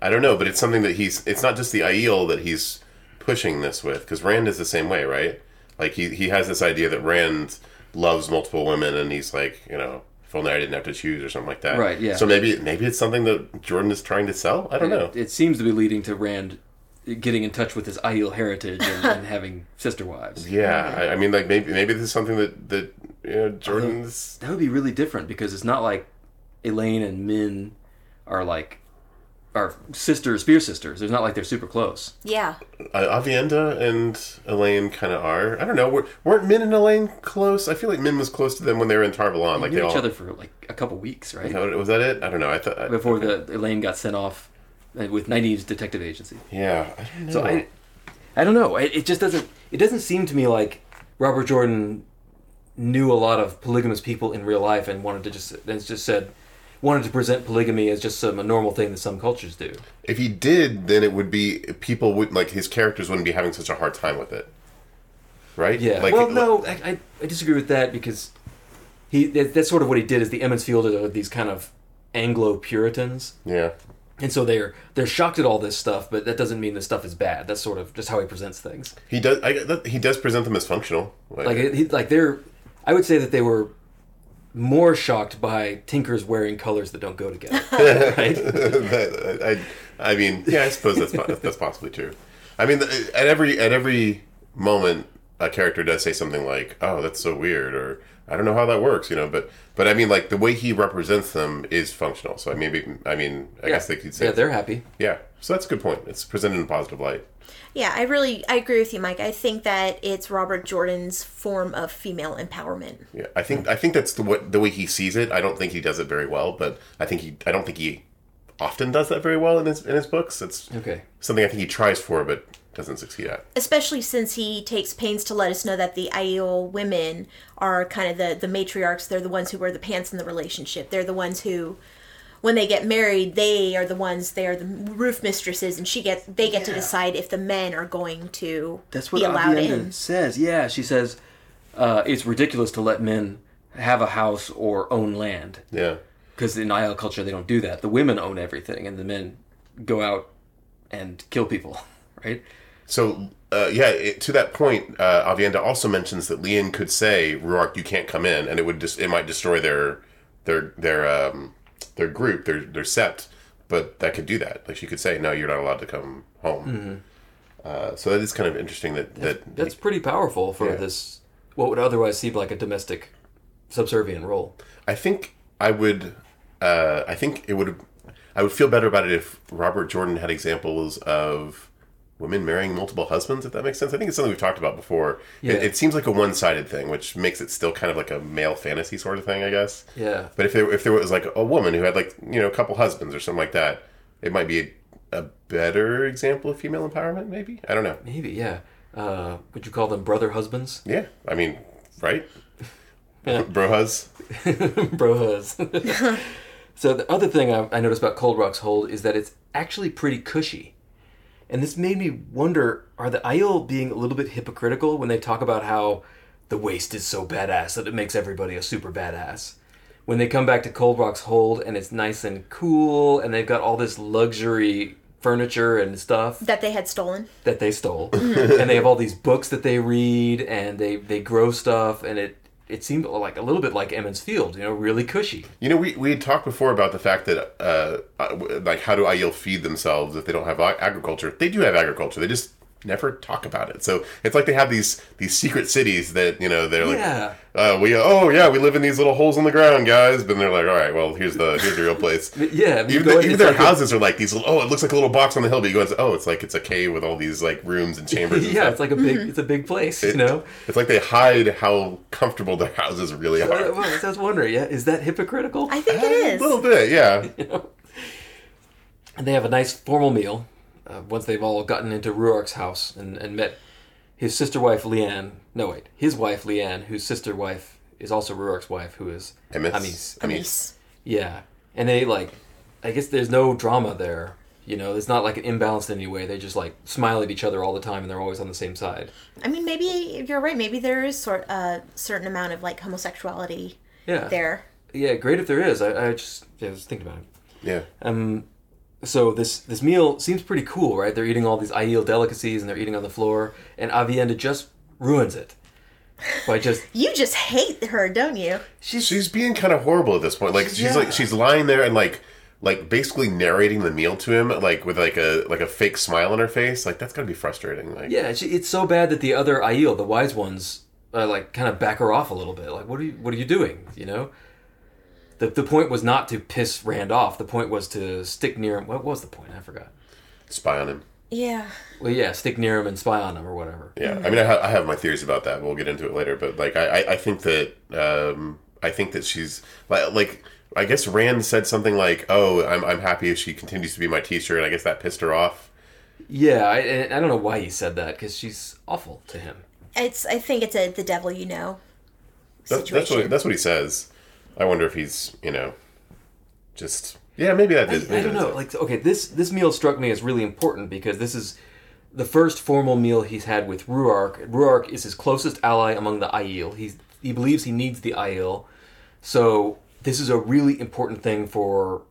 I don't know, but it's something that he's. It's not just the Aiel that he's pushing this with, because Rand is the same way, right? Like he he has this idea that Rand loves multiple women, and he's like, you know, if only I didn't have to choose or something like that. Right, yeah. So maybe maybe it's something that Jordan is trying to sell. I don't know. It, it seems to be leading to Rand getting in touch with his Aiel heritage and, and having sister wives. Yeah, I, I mean, like maybe maybe this is something that that you know Jordan's. That would be really different because it's not like Elaine and Min are like are sisters, spear sisters. It's not like they're super close. Yeah. Uh, Avienda and Elaine kind of are. I don't know. Were, weren't Min and Elaine close? I feel like Min was close to them when they were in Tarvalon. Like They they knew all each other for like a couple weeks, right? No, was that it? I don't know. I thought. I- Before the Elaine got sent off uh, with 90s detective agency. yeah, I don't know. So I, I don't know. It, it just doesn't. It doesn't seem to me like Robert Jordan knew a lot of polygamous people in real life and wanted to just and just said, wanted to present polygamy as just some a normal thing that some cultures do. If he did, then it would be people wouldn't like his characters wouldn't be having such a hard time with it, right? Yeah. Like, well, no, I, I, I disagree with that because he that, that's sort of what he did. Is the Emmons Field are these kind of Anglo Puritans, Yeah. and so they're they're shocked at all this stuff, but that doesn't mean this stuff is bad. That's sort of just how he presents things. He does. I, that- he does present them as functional. Like it- he, like they're, I would say that they were more shocked by Tinker's wearing colors that don't go together. right? That- I, I mean, yeah, I suppose that's po- that's possibly true. I mean, th- at every at every moment, a character does say something like, "Oh, that's so weird," or "I don't know how that works," you know. But but I mean, like the way he represents them is functional. So I maybe I mean, I guess they could say, yeah, they're happy. yeah. So that's a good point. It's presented in a positive light. Yeah, I really I agree with you, Mike. I think that it's Robert Jordan's form of female empowerment. Yeah, I think I think that's the what the way he sees it. I don't think he does it very well, but I think he I don't think he often does that very well in his in his books. It's Okay. something I think he tries for but doesn't succeed at. Especially since he takes pains to let us know that the Aiel women are kind of the, the matriarchs. They're the ones who wear the pants in the relationship. They're the ones who when they get married, they are the ones they are the roof mistresses and she gets they get to decide if the men are going to That's what be allowed Avienda in. says. Yeah, she says uh, it's ridiculous to let men have a house or own land Yeah. because in Isle culture they don't do that. The women own everything, and the men go out and kill people. Right? So, uh, yeah, it, to that point, uh, Avienda also mentions that Leon could say, "Ruark, you can't come in," and it would just it might destroy their their their um, their group, their their sept. But that could do that. Like she could say, "No, you're not allowed to come home." Uh, so that is kind of interesting that that That's pretty powerful for this. What would otherwise seem like a domestic, subservient role. I think I would. Uh, I think it would. I would feel better about it if Robert Jordan had examples of women marrying multiple husbands. If that makes sense, I think it's something we've talked about before. Yeah. It, it seems like a one-sided thing, which makes it still kind of like a male fantasy sort of thing, I guess. Yeah. But if there, if there was like a woman who had like you know a couple husbands or something like that, it might be a, a better example of female empowerment. Maybe I don't know. Maybe. Yeah. Uh, would you call them brother husbands? Yeah, I mean, right? Brohas. Brohas. so the other thing I, I noticed about Cold Rock's hold is that it's actually pretty cushy. And this made me wonder, are the Aiel being a little bit hypocritical when they talk about how the waste is so badass that it makes everybody a super badass? When they come back to Cold Rock's hold and it's nice and cool and they've got all this luxury furniture and stuff That they had stolen. that they stole, and they have all these books that they read, and they they grow stuff, and it it seemed like a little bit like Emmons Field, you know, really cushy. You know, we we had talked before about the fact that uh, uh, like how do Aiel feed themselves if they don't have ag- agriculture? They do have agriculture. They just never talk about it. So it's like they have these these secret cities that you know they're like. Yeah. Uh, we oh yeah we live in these little holes in the ground guys but they're like all right well here's the here's the real place Yeah, you even, go the, in, even it's their like a- houses are like these little oh it looks like a little box on the hill but you go and oh it's like it's a cave with all these like rooms and chambers and yeah, stuff. it's like a big it's a big place, you know. it's like they hide how comfortable their houses really are Well, that's what I was wondering. Yeah, is that hypocritical? I think it is. a little bit yeah And they have a nice formal meal uh, once they've all gotten into Ruark's house and, and met his sister wife Leanne. No, wait, his wife Leanne, whose sister wife is also Ruark's wife, who is Amis. Amis. Amis. Yeah, and they like, I guess there's no drama there. You know, it's not like an imbalance in any way. They just like smile at each other all the time, and they're always on the same side. I mean, maybe you're right. Maybe there is sort a certain amount of like homosexuality Yeah, there. yeah, great if there is. I, I just yeah, I was thinking about it. yeah So this this meal seems pretty cool, right? They're eating all these Aiel delicacies, and they're eating on the floor, and Avienda just ruins it by just You just hate her, don't you? she's she's being kind of horrible at this point. Like she's Yeah. like she's lying there and like like basically narrating the meal to him like with like a like a fake smile on her face. Like that's gonna be frustrating. Like yeah, she, it's so bad that the other Aiel, the wise ones, uh, like kind of back her off a little bit. Like, what are you, what are you doing? You know, the the point was not to piss Rand off. The point was to stick near him. What was the point? I forgot. spy on him. Yeah. Well, yeah, stick near him and spy on him or whatever. Yeah, I mean, I, ha- I have my theories about that. But we'll get into it later. But like, I, I, I think that um, I think that she's like, like I guess Rand said something like, "Oh, I'm, I'm happy if she continues to be my teacher," and I guess that pissed her off. Yeah, I, and I don't know why he said that because she's awful to him. It's. I think it's a the devil you know That, that's situation. what that's what he says. I wonder if he's you know Just yeah, maybe that is. I maybe don't that is know. it. Like, okay, this this meal struck me as really important because this is the first formal meal he's had with Ruark. Ruark is his closest ally among the Aiel. He he believes he needs the Aiel, so this is a really important thing for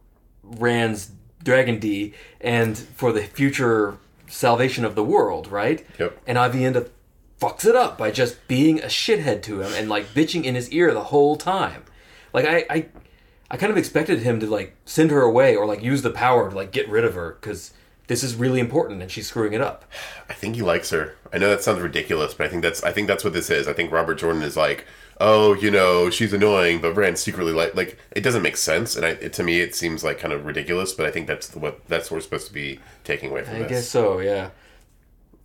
Rand's Dragon D and for the future salvation of the world, right? Yep. And Avienda fucks it up by just being a shithead to him and like bitching in his ear the whole time. Like I, I, I kind of expected him to like send her away or like use the power to like get rid of her because this is really important and she's screwing it up. I think he likes her. I know that sounds ridiculous, but I think that's I think that's what this is. I think Robert Jordan is like, oh, you know, she's annoying, but Rand secretly like like it doesn't make sense, and I, it, to me it seems like kind of ridiculous. But I think that's what that's what we're supposed to be taking away from I this. guess so. Yeah.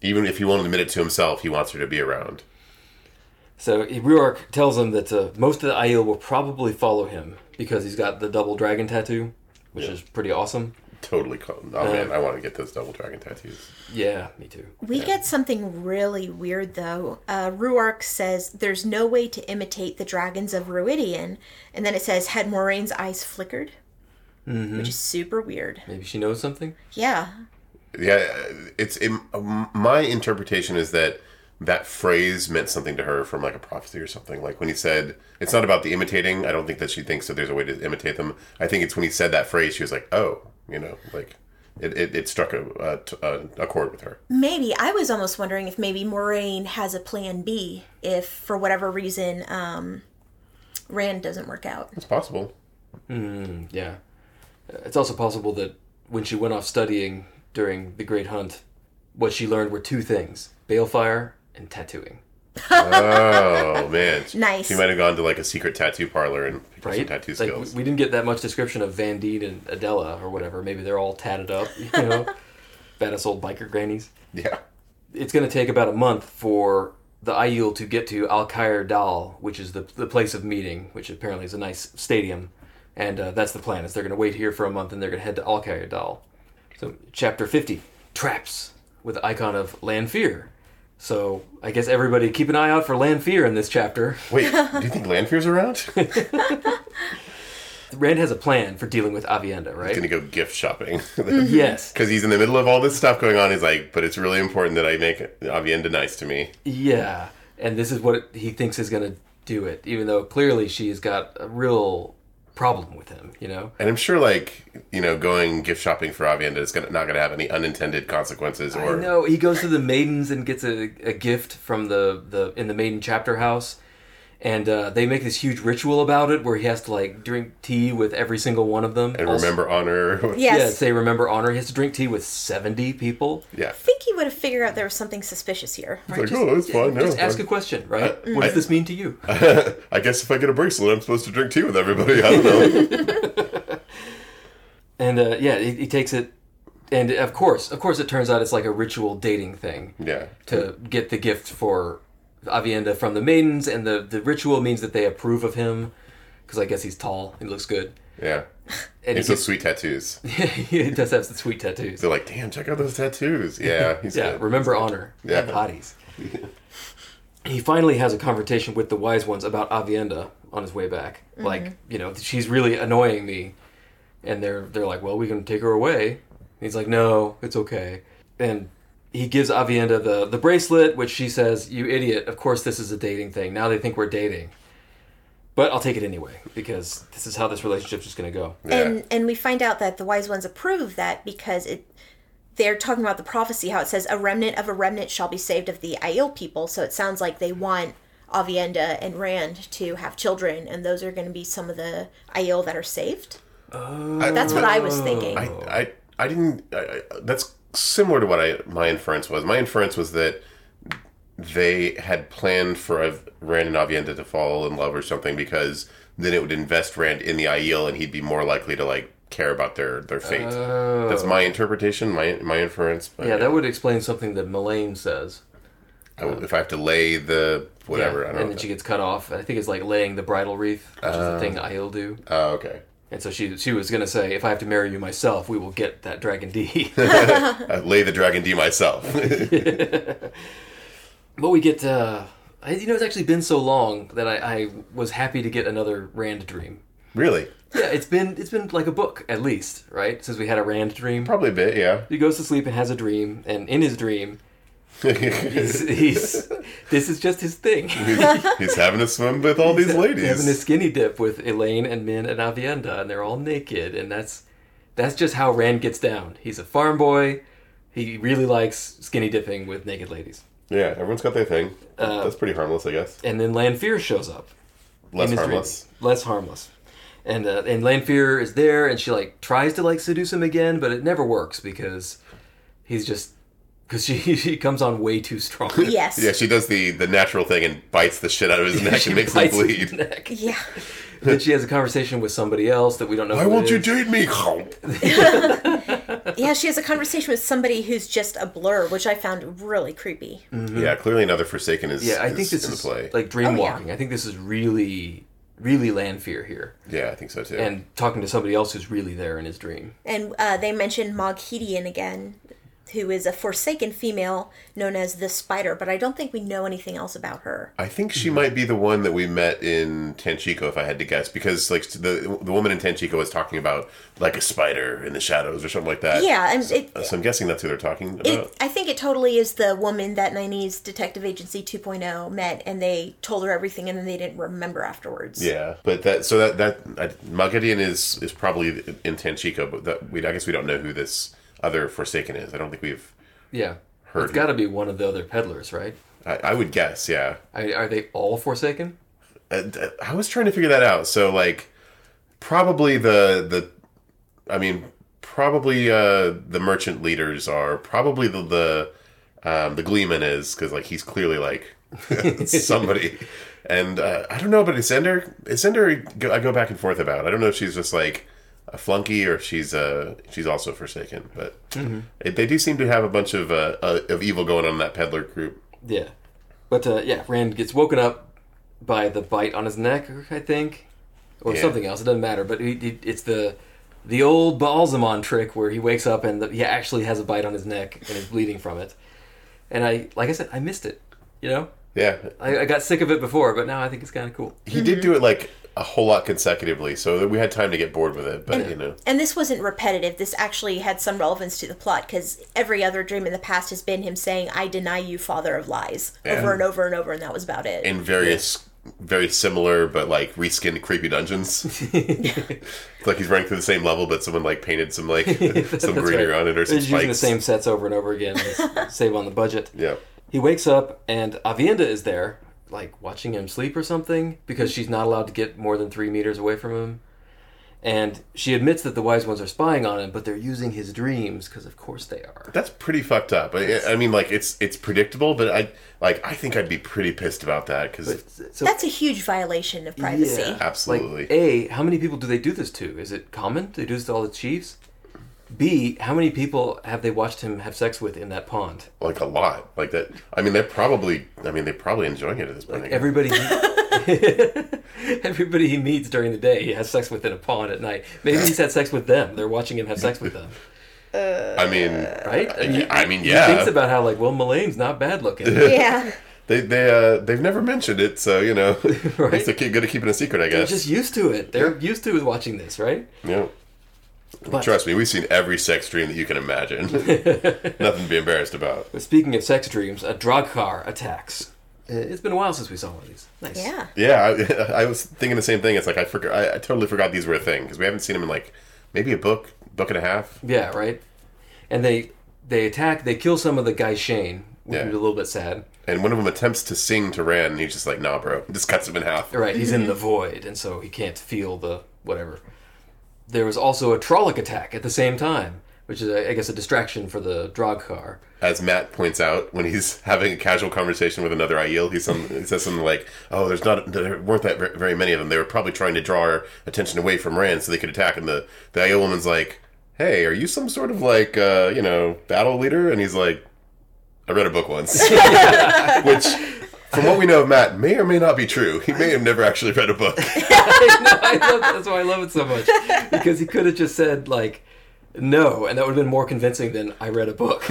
Even if he won't admit it to himself, he wants her to be around. So Ruark tells him that uh, most of the Aiel will probably follow him because he's got the double dragon tattoo, which is pretty awesome. Totally. Cool. Oh Uh, man, I want to get those double dragon tattoos. Yeah, me too. We get something really weird though. Uh, Ruark says there's no way to imitate the dragons of Ruidian, and then it says had Moraine's eyes flickered, Mm-hmm. which is super weird. Maybe she knows something. Yeah, Yeah, it's it, um, my interpretation is that that phrase meant something to her from like a prophecy or something. Like when he said, "It's not about the imitating." I don't think that she thinks that there's a way to imitate them. I think it's when he said that phrase, she was like, "Oh, you know, like it it, it struck a, a, t- a- a chord with her." maybe I was almost wondering if maybe Moraine has a plan B if for whatever reason um, Rand doesn't work out. It's possible. Yeah. Uh, It's also possible that when she went off studying during the Great Hunt, what she learned were two things balefire and tattooing. Oh man, Nice. She might have gone to like a secret tattoo parlor and picked up Right? some tattoo like, skills. we- we didn't get that much description of Van Deen and Adela or whatever. Maybe they're all tatted up, you know? Baddest old biker grannies. yeah, It's going to take about a month for the Aiel to get to Al Khair Dal, which is the, the place of meeting, which apparently is a nice stadium. And uh, that's the plan, is they're going to wait here for a month and they're going to head to Al Khair Dal. So, chapter 50 Traps with the icon of Lanfear. So, I guess everybody keep an eye out for Lanfear in this chapter. Wait, do you think Lanfear's around? Rand has a plan for dealing with Avienda, right? Gonna go gift shopping. Yes. Because he's in the middle of all this stuff going on. He's like, but it's really important that I make Avienda nice to me. Yeah. And this is what he thinks is going to do it, even though clearly she's got a real problem with him, you know? And I'm sure, like, you know, going gift shopping for Avienda is gonna, not going to have any unintended consequences I or. know he goes to the maidens and gets a, a gift from the, the in the maiden chapter house, and uh, they make this huge ritual about it where he has to like drink tea with every single one of them. And Also- remember honor. Yes. yeah, say remember honor. He has to drink tea with seventy people. yeah. I think he would have figured out there was something suspicious here. It's like, oh, it's fine. Just yeah, ask a fine. question, right? what does this mean to you? I guess if I get a bracelet, I'm supposed to drink tea with everybody. I don't know. And uh, yeah, he, he takes it, and of course, of course, it turns out it's like a ritual dating thing. yeah. to get the gift for Avienda from the maidens, and the, the ritual means that they approve of him because I guess he's tall, he looks good, Yeah. and he, It's those sweet tattoos. gets- he does have some sweet tattoos. They're like, damn, check out those tattoos. Yeah. He's Yeah, good. remember honor Yeah. and hotties. he finally has a confrontation with the wise ones about Avienda on his way back. Like, you know, she's really annoying me, and they're they're like, well, we can take her away. And he's like, no, it's okay, and. He gives Avienda the, the bracelet, which she says, You idiot, of course this is a dating thing. Now they think we're dating. But I'll take it anyway, because this is how this relationship's just going to go. Yeah. and and we find out that the wise ones approve of that because it they're talking about the prophecy how it says a remnant of a remnant shall be saved of the Aiel people so it sounds like they want Avienda and Rand to have children and those are going to be some of the Aiel that are saved I- that's what I was thinking I, Oh. I, I didn't. I, I, that's similar to what I my inference was. My inference was that they had planned for Av- Rand and Avienda to fall in love or something because then it would invest Rand in the IEL and he'd be more likely to like care about their their fate. That's my interpretation, my my inference. But Oh. Yeah, that would explain something that Mullane says. I will- if I have to lay the whatever, Yeah, I don't and know. then she gets cut off. I think it's like laying the bridal wreath, which is the thing that I'll do. oh, okay. And so she she was gonna say, if I have to marry you myself, we will get that dragon D. I lay the dragon D myself. but we get uh, I, you know it's actually been so long that I, I was happy to get another Rand dream. Really? Yeah, it's been it's been like a book at least, right? Since we had a Rand dream. Probably a bit, yeah. He goes to sleep and has a dream, and in his dream, he's, he's this is just his thing. He's having a swim with all these ladies. having a skinny dip with Elaine and Min and Avienda, and they're all naked, and that's that's just how Rand gets down. He's a farm boy. He really likes skinny dipping with naked ladies. Yeah, everyone's got their thing. Uh, That's pretty harmless, I guess. And then Lanfear shows up. Less in his dream. harmless. Less harmless. And uh, and Lanfear is there, and she like tries to like seduce him again, but it never works because he's just because she she comes on way too strong. Yes. Yeah, she does the, the natural thing and bites the shit out of his neck She and makes him bites his bleed. neck. Yeah. then she has a conversation with somebody else that we don't know. Why who it won't you is. date me? Mm-hmm. Yeah, she has a conversation with somebody who's just a blur, which I found really creepy. Yeah, clearly another Forsaken is, Yeah, I is think this in is the play. like dream yeah. walking. I think this is really, really Lanfear here, yeah, I think so too. and talking to somebody else who's really there in his dream. And uh, they mentioned Moghedian again, who is a forsaken female known as the Spider, but I don't think we know anything else about her. I think Mm-hmm. she might be the one that we met in Tanchico, if I had to guess, because like the the woman in Tanchico was talking about like a spider in the shadows or something like that. Yeah, and it, So I'm guessing that's who they're talking about. it, I think it totally is the woman that 90s Detective Agency 2.0 met, and they told her everything, and then they didn't remember afterwards. yeah, but that so that that I- Magadian is is probably in Tanchico, but that, we I guess we don't know who this other Forsaken is. I don't think we've. Yeah, Heard it's it. got to be one of the other peddlers, right? I, I would guess, yeah. I, are they all Forsaken? Uh, d- I was trying to figure that out. So like, probably the the, I mean, probably uh, the merchant leaders are probably the the um, the gleeman is because like he's clearly like somebody, and uh, I don't know about Isender. Isender, go- I go back and forth about. I don't know if she's just like a flunky or if she's uh she's also forsaken, but it, they do seem to have a bunch of uh, uh, of evil going on in that peddler group. Yeah, but uh, yeah, Rand gets woken up by the bite on his neck, I think, or Yeah. something else. It doesn't matter. But he, he, it's the the old Balsamon trick where he wakes up and the, he actually has a bite on his neck and is bleeding from it. And I, like I said, I missed it. You know, Yeah, I, I got sick of it before, but now I think it's kind of cool. He did do it like a whole lot consecutively, so we had time to get bored with it. But you know, And this wasn't repetitive. This actually had some relevance to the plot because every other dream in the past has been him saying, I deny you, father of lies, over and over and over, and that was about it. in various, very similar but like reskinned creepy dungeons. it's like he's running through the same level, but someone like painted some like some greenery on it or some It's using the spikes. same sets over and over again. to save on the budget. Yeah, He wakes up and Avienda is there, like watching him sleep or something, because she's not allowed to get more than three meters away from him. And she admits that the wise ones are spying on him, but they're using his dreams, because of course they are. that's pretty fucked up. I, I mean, like it's it's predictable, but I like I think I'd be pretty pissed about that because So That's a huge violation of privacy. Yeah. absolutely. Like, A, how many people do they do this to? Is it common? Do they do this to all the chiefs? B, how many people have they watched him have sex with in that pond? like a lot like that i mean they're probably i mean they're probably enjoying it at this point I guess. Everybody, everybody he meets during the day, he has sex with in a pond at night. Maybe he's had sex with them. They're watching him have sex with them, i mean right? I, mean, I mean, he yeah thinks about how like, well, Malane's not bad looking. Yeah. They they uh they've never mentioned it, so you know, Right. it's keep, good at keeping a secret, I They're guess. just used to it. They're used to watching this, right? yeah. But- Trust me, we've seen every sex dream that you can imagine. Nothing to be embarrassed about. But speaking of sex dreams, a Drakkar attacks. Uh, It's been a while since we saw one of these. Nice. Yeah. Yeah, I, I was thinking the same thing. It's like I forgot, I, I totally forgot these were a thing because we haven't seen them in like maybe a book, book and a half. Yeah, right. And they they attack. They kill some of the guy Shane, which Yeah. was a little bit sad. And one of them attempts to sing to Rand, and he's just like, "Nah, bro," just cuts him in half. Right, he's in the void, and so he can't feel the whatever. There was also a Trolloc attack at the same time, which is, I guess, a distraction for the Drogkar. As Matt points out, when he's having a casual conversation with another Aiel, he, some, he says something like, "Oh, there's not there weren't that ver- very many of them. They were probably trying to draw our attention away from Rand so they could attack." And the the Aiel woman's like, "Hey, are you some sort of like uh, you know battle leader?" And he's like, "I read a book once," which. From what we know of Matt, may or may not be true. He may have never actually read a book. I know, I love, that's why I love it so much because he could have just said like no, and that would have been more convincing than I read a book.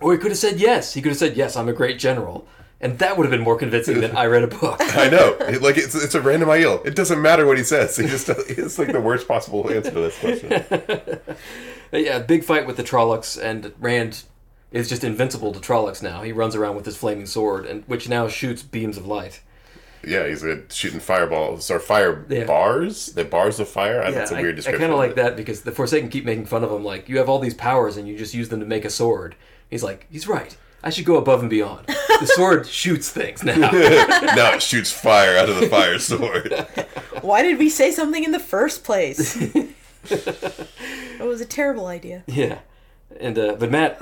or he could have said yes. He could have said yes. I'm a great general. And that would have been more convincing than I read a book. I know. It- like it's it's a random IEL. It doesn't matter what he says. He just it's like the worst possible answer to this question. But yeah, big fight with the Trollocs, and Rand is just invincible to Trollocs now. He runs around with his flaming sword, and which now shoots beams of light. Yeah, he's uh, shooting fireballs or fire Yeah. bars. The bars of fire. I, Yeah, that's a I- weird description. I kind of like but- that because the Forsaken keep making fun of him. Like, you have all these powers, and you just use them to make a sword. He's like, he's right. I should go above and beyond. The sword shoots things now. now it shoots fire out of the fire sword. Why did we say something in the first place? It was a terrible idea. yeah, and uh, but Matt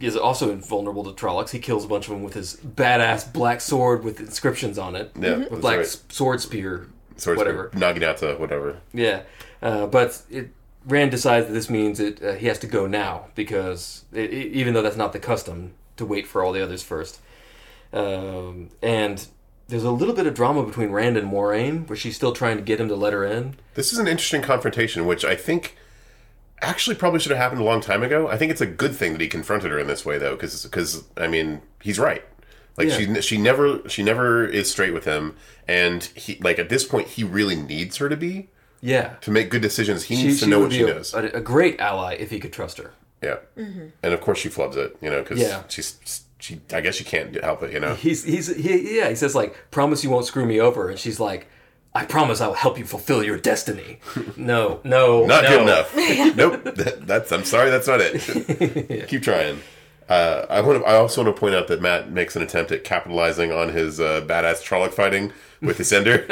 is also invulnerable to Trollocs. He kills a bunch of them with his badass black sword with inscriptions on it. Yeah, with that's black right. s- sword spear. Swords whatever. whatever. Naginata, whatever. Yeah, uh, but it, Rand decides that this means it, uh, he has to go now because i i even though that's not the custom to wait for all the others first, um, and there's a little bit of drama between Rand and Moraine where she's still trying to get him to let her in. This is an interesting confrontation, which I think actually probably should have happened a long time ago. I think it's a good thing that he confronted her in this way, though, because I mean he's right. Like she she never she never is straight with him, and he like at this point he really needs her to be Yeah, to make good decisions. He needs to know would what be she a- knows. A, a great ally if he could trust her. yeah, and of course she flubs it, you know, because Yeah. she's she. I guess she can't help it, you know. He's he's he, yeah. He says like, "Promise you won't screw me over," and she's like. I promise I will help you fulfill your destiny. No, no, Not no. good enough. nope. That, that's. I'm sorry. That's not it. Keep trying. Uh, I want. To, I also want to point out that Matt makes an attempt at capitalizing on his uh, badass Trolloc fighting with his ender.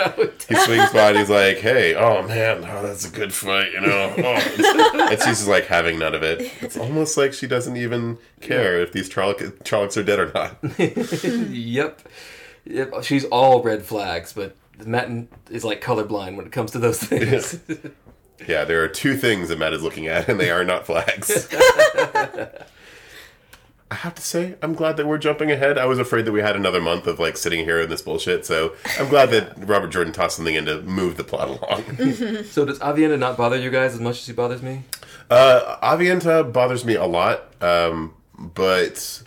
he swings by and he's like, "Hey, oh man, oh that's a good fight, you know." Oh. and she's just like having none of it. It's almost like she doesn't even care if these Trolloc Trollocs are dead or not. Yep. Yep. She's all red flags, but Matt is like colorblind when it comes to those things. yeah, there are two things that Matt is looking at, and they are not flags. I have to say, I'm glad that we're jumping ahead. I was afraid that we had another month of like sitting here in this bullshit, so I'm glad that Robert Jordan tossed something in to move the plot along. so does Avienda not bother you guys as much as he bothers me? uh, Avienta bothers me a lot, um, but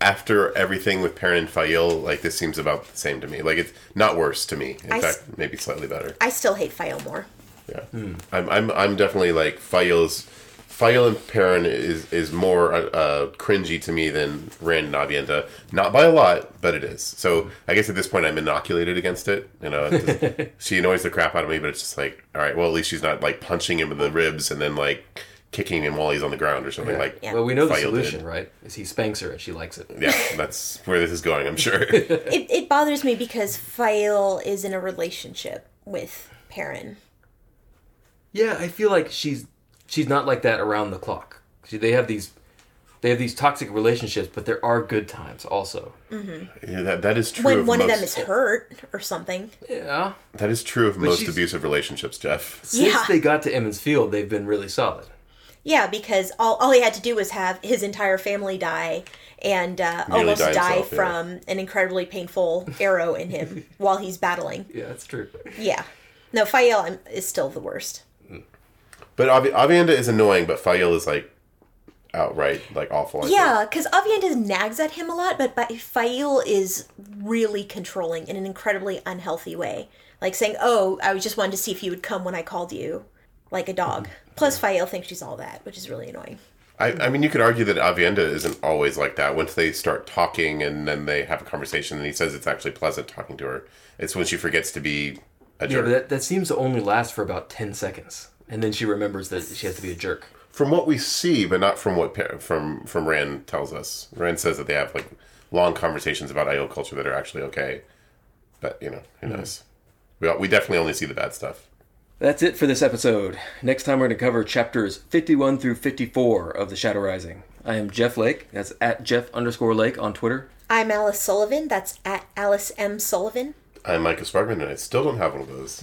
after everything with Perrin and Fael, like this seems about the same to me. Like it's not worse to me. In I s- fact, maybe slightly better. I still hate Fael more. Yeah, Hmm. I'm, I'm, I'm definitely like Fael's. Fael and Perrin is is more uh, uh, cringy to me than Rand and Avienda. Not by a lot, but it is. So I guess at this point I'm inoculated against it. You know, it just- she annoys the crap out of me, but it's just like, all right, well at least she's not like punching him in the ribs and then like kicking him while he's on the ground or something. Like, Yeah. Well, we know the Fael did. solution, right? Is he spanks her and she likes it. yeah, that's where this is going. I'm sure. It, it bothers me because Fael is in a relationship with Perrin. Yeah, I feel like she's she's not like that around the clock. She, they have these they have these toxic relationships, but there are good times also. Yeah, that that is true. When of one most, of them is hurt or something. Yeah. that is true of most she's- abusive relationships, Jeff. Since Yeah. they got to Emmons Field, they've been really solid. Yeah, because all, all he had to do was have his entire family die and uh, Nearly almost die die, himself, yeah. from an incredibly painful arrow in him while he's battling. Yeah, that's true. Yeah. No, Fael I'm- is still the worst. But Avi- Avienda is annoying, but Fael is like outright like awful. I think. Yeah, because Avienda nags at him a lot, but Ba- Fael is really controlling in an incredibly unhealthy way. Like saying, Oh, I just wanted to see if you would come when I called you, like a dog. Plus, Fael thinks she's all that, which is really annoying. I, I mean, you could argue that Avienda isn't always like that. Once they start talking and then they have a conversation, and he says it's actually pleasant talking to her. It's when she forgets to be a Yeah, jerk. but that, that seems to only last for about ten seconds. And then she remembers that she has to be a jerk. from what we see, but not from what Pa- from from Rand tells us. Rand says that they have like long conversations about IO culture that are actually okay, but you know who Hmm. knows. We all, we definitely only see the bad stuff. That's it for this episode. Next time we're going to cover chapters 51 through 54 of The Shadow Rising. I am Jeff Lake. That's at Jeff underscore Lake on Twitter. I'm Alice Sullivan. That's at Alice M. Sullivan. I'm Micah Sparkman, and I still don't have one of those.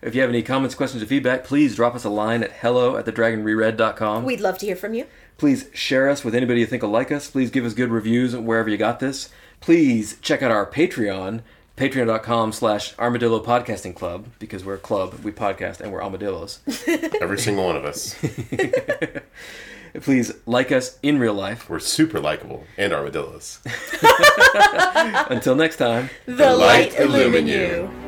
If you have any comments, questions, or feedback, please drop us a line at hello at thedragonreread.com. We'd love to hear from you. Please share us with anybody you think will like us. Please give us good reviews wherever you got this. Please check out our Patreon, patreon.com slash armadillo podcasting club, because we're a club, we podcast, and we're armadillos. Every single one of us. Please like us in real life. We're super likable and armadillos. Until next time. The light light illumine illumine you. you.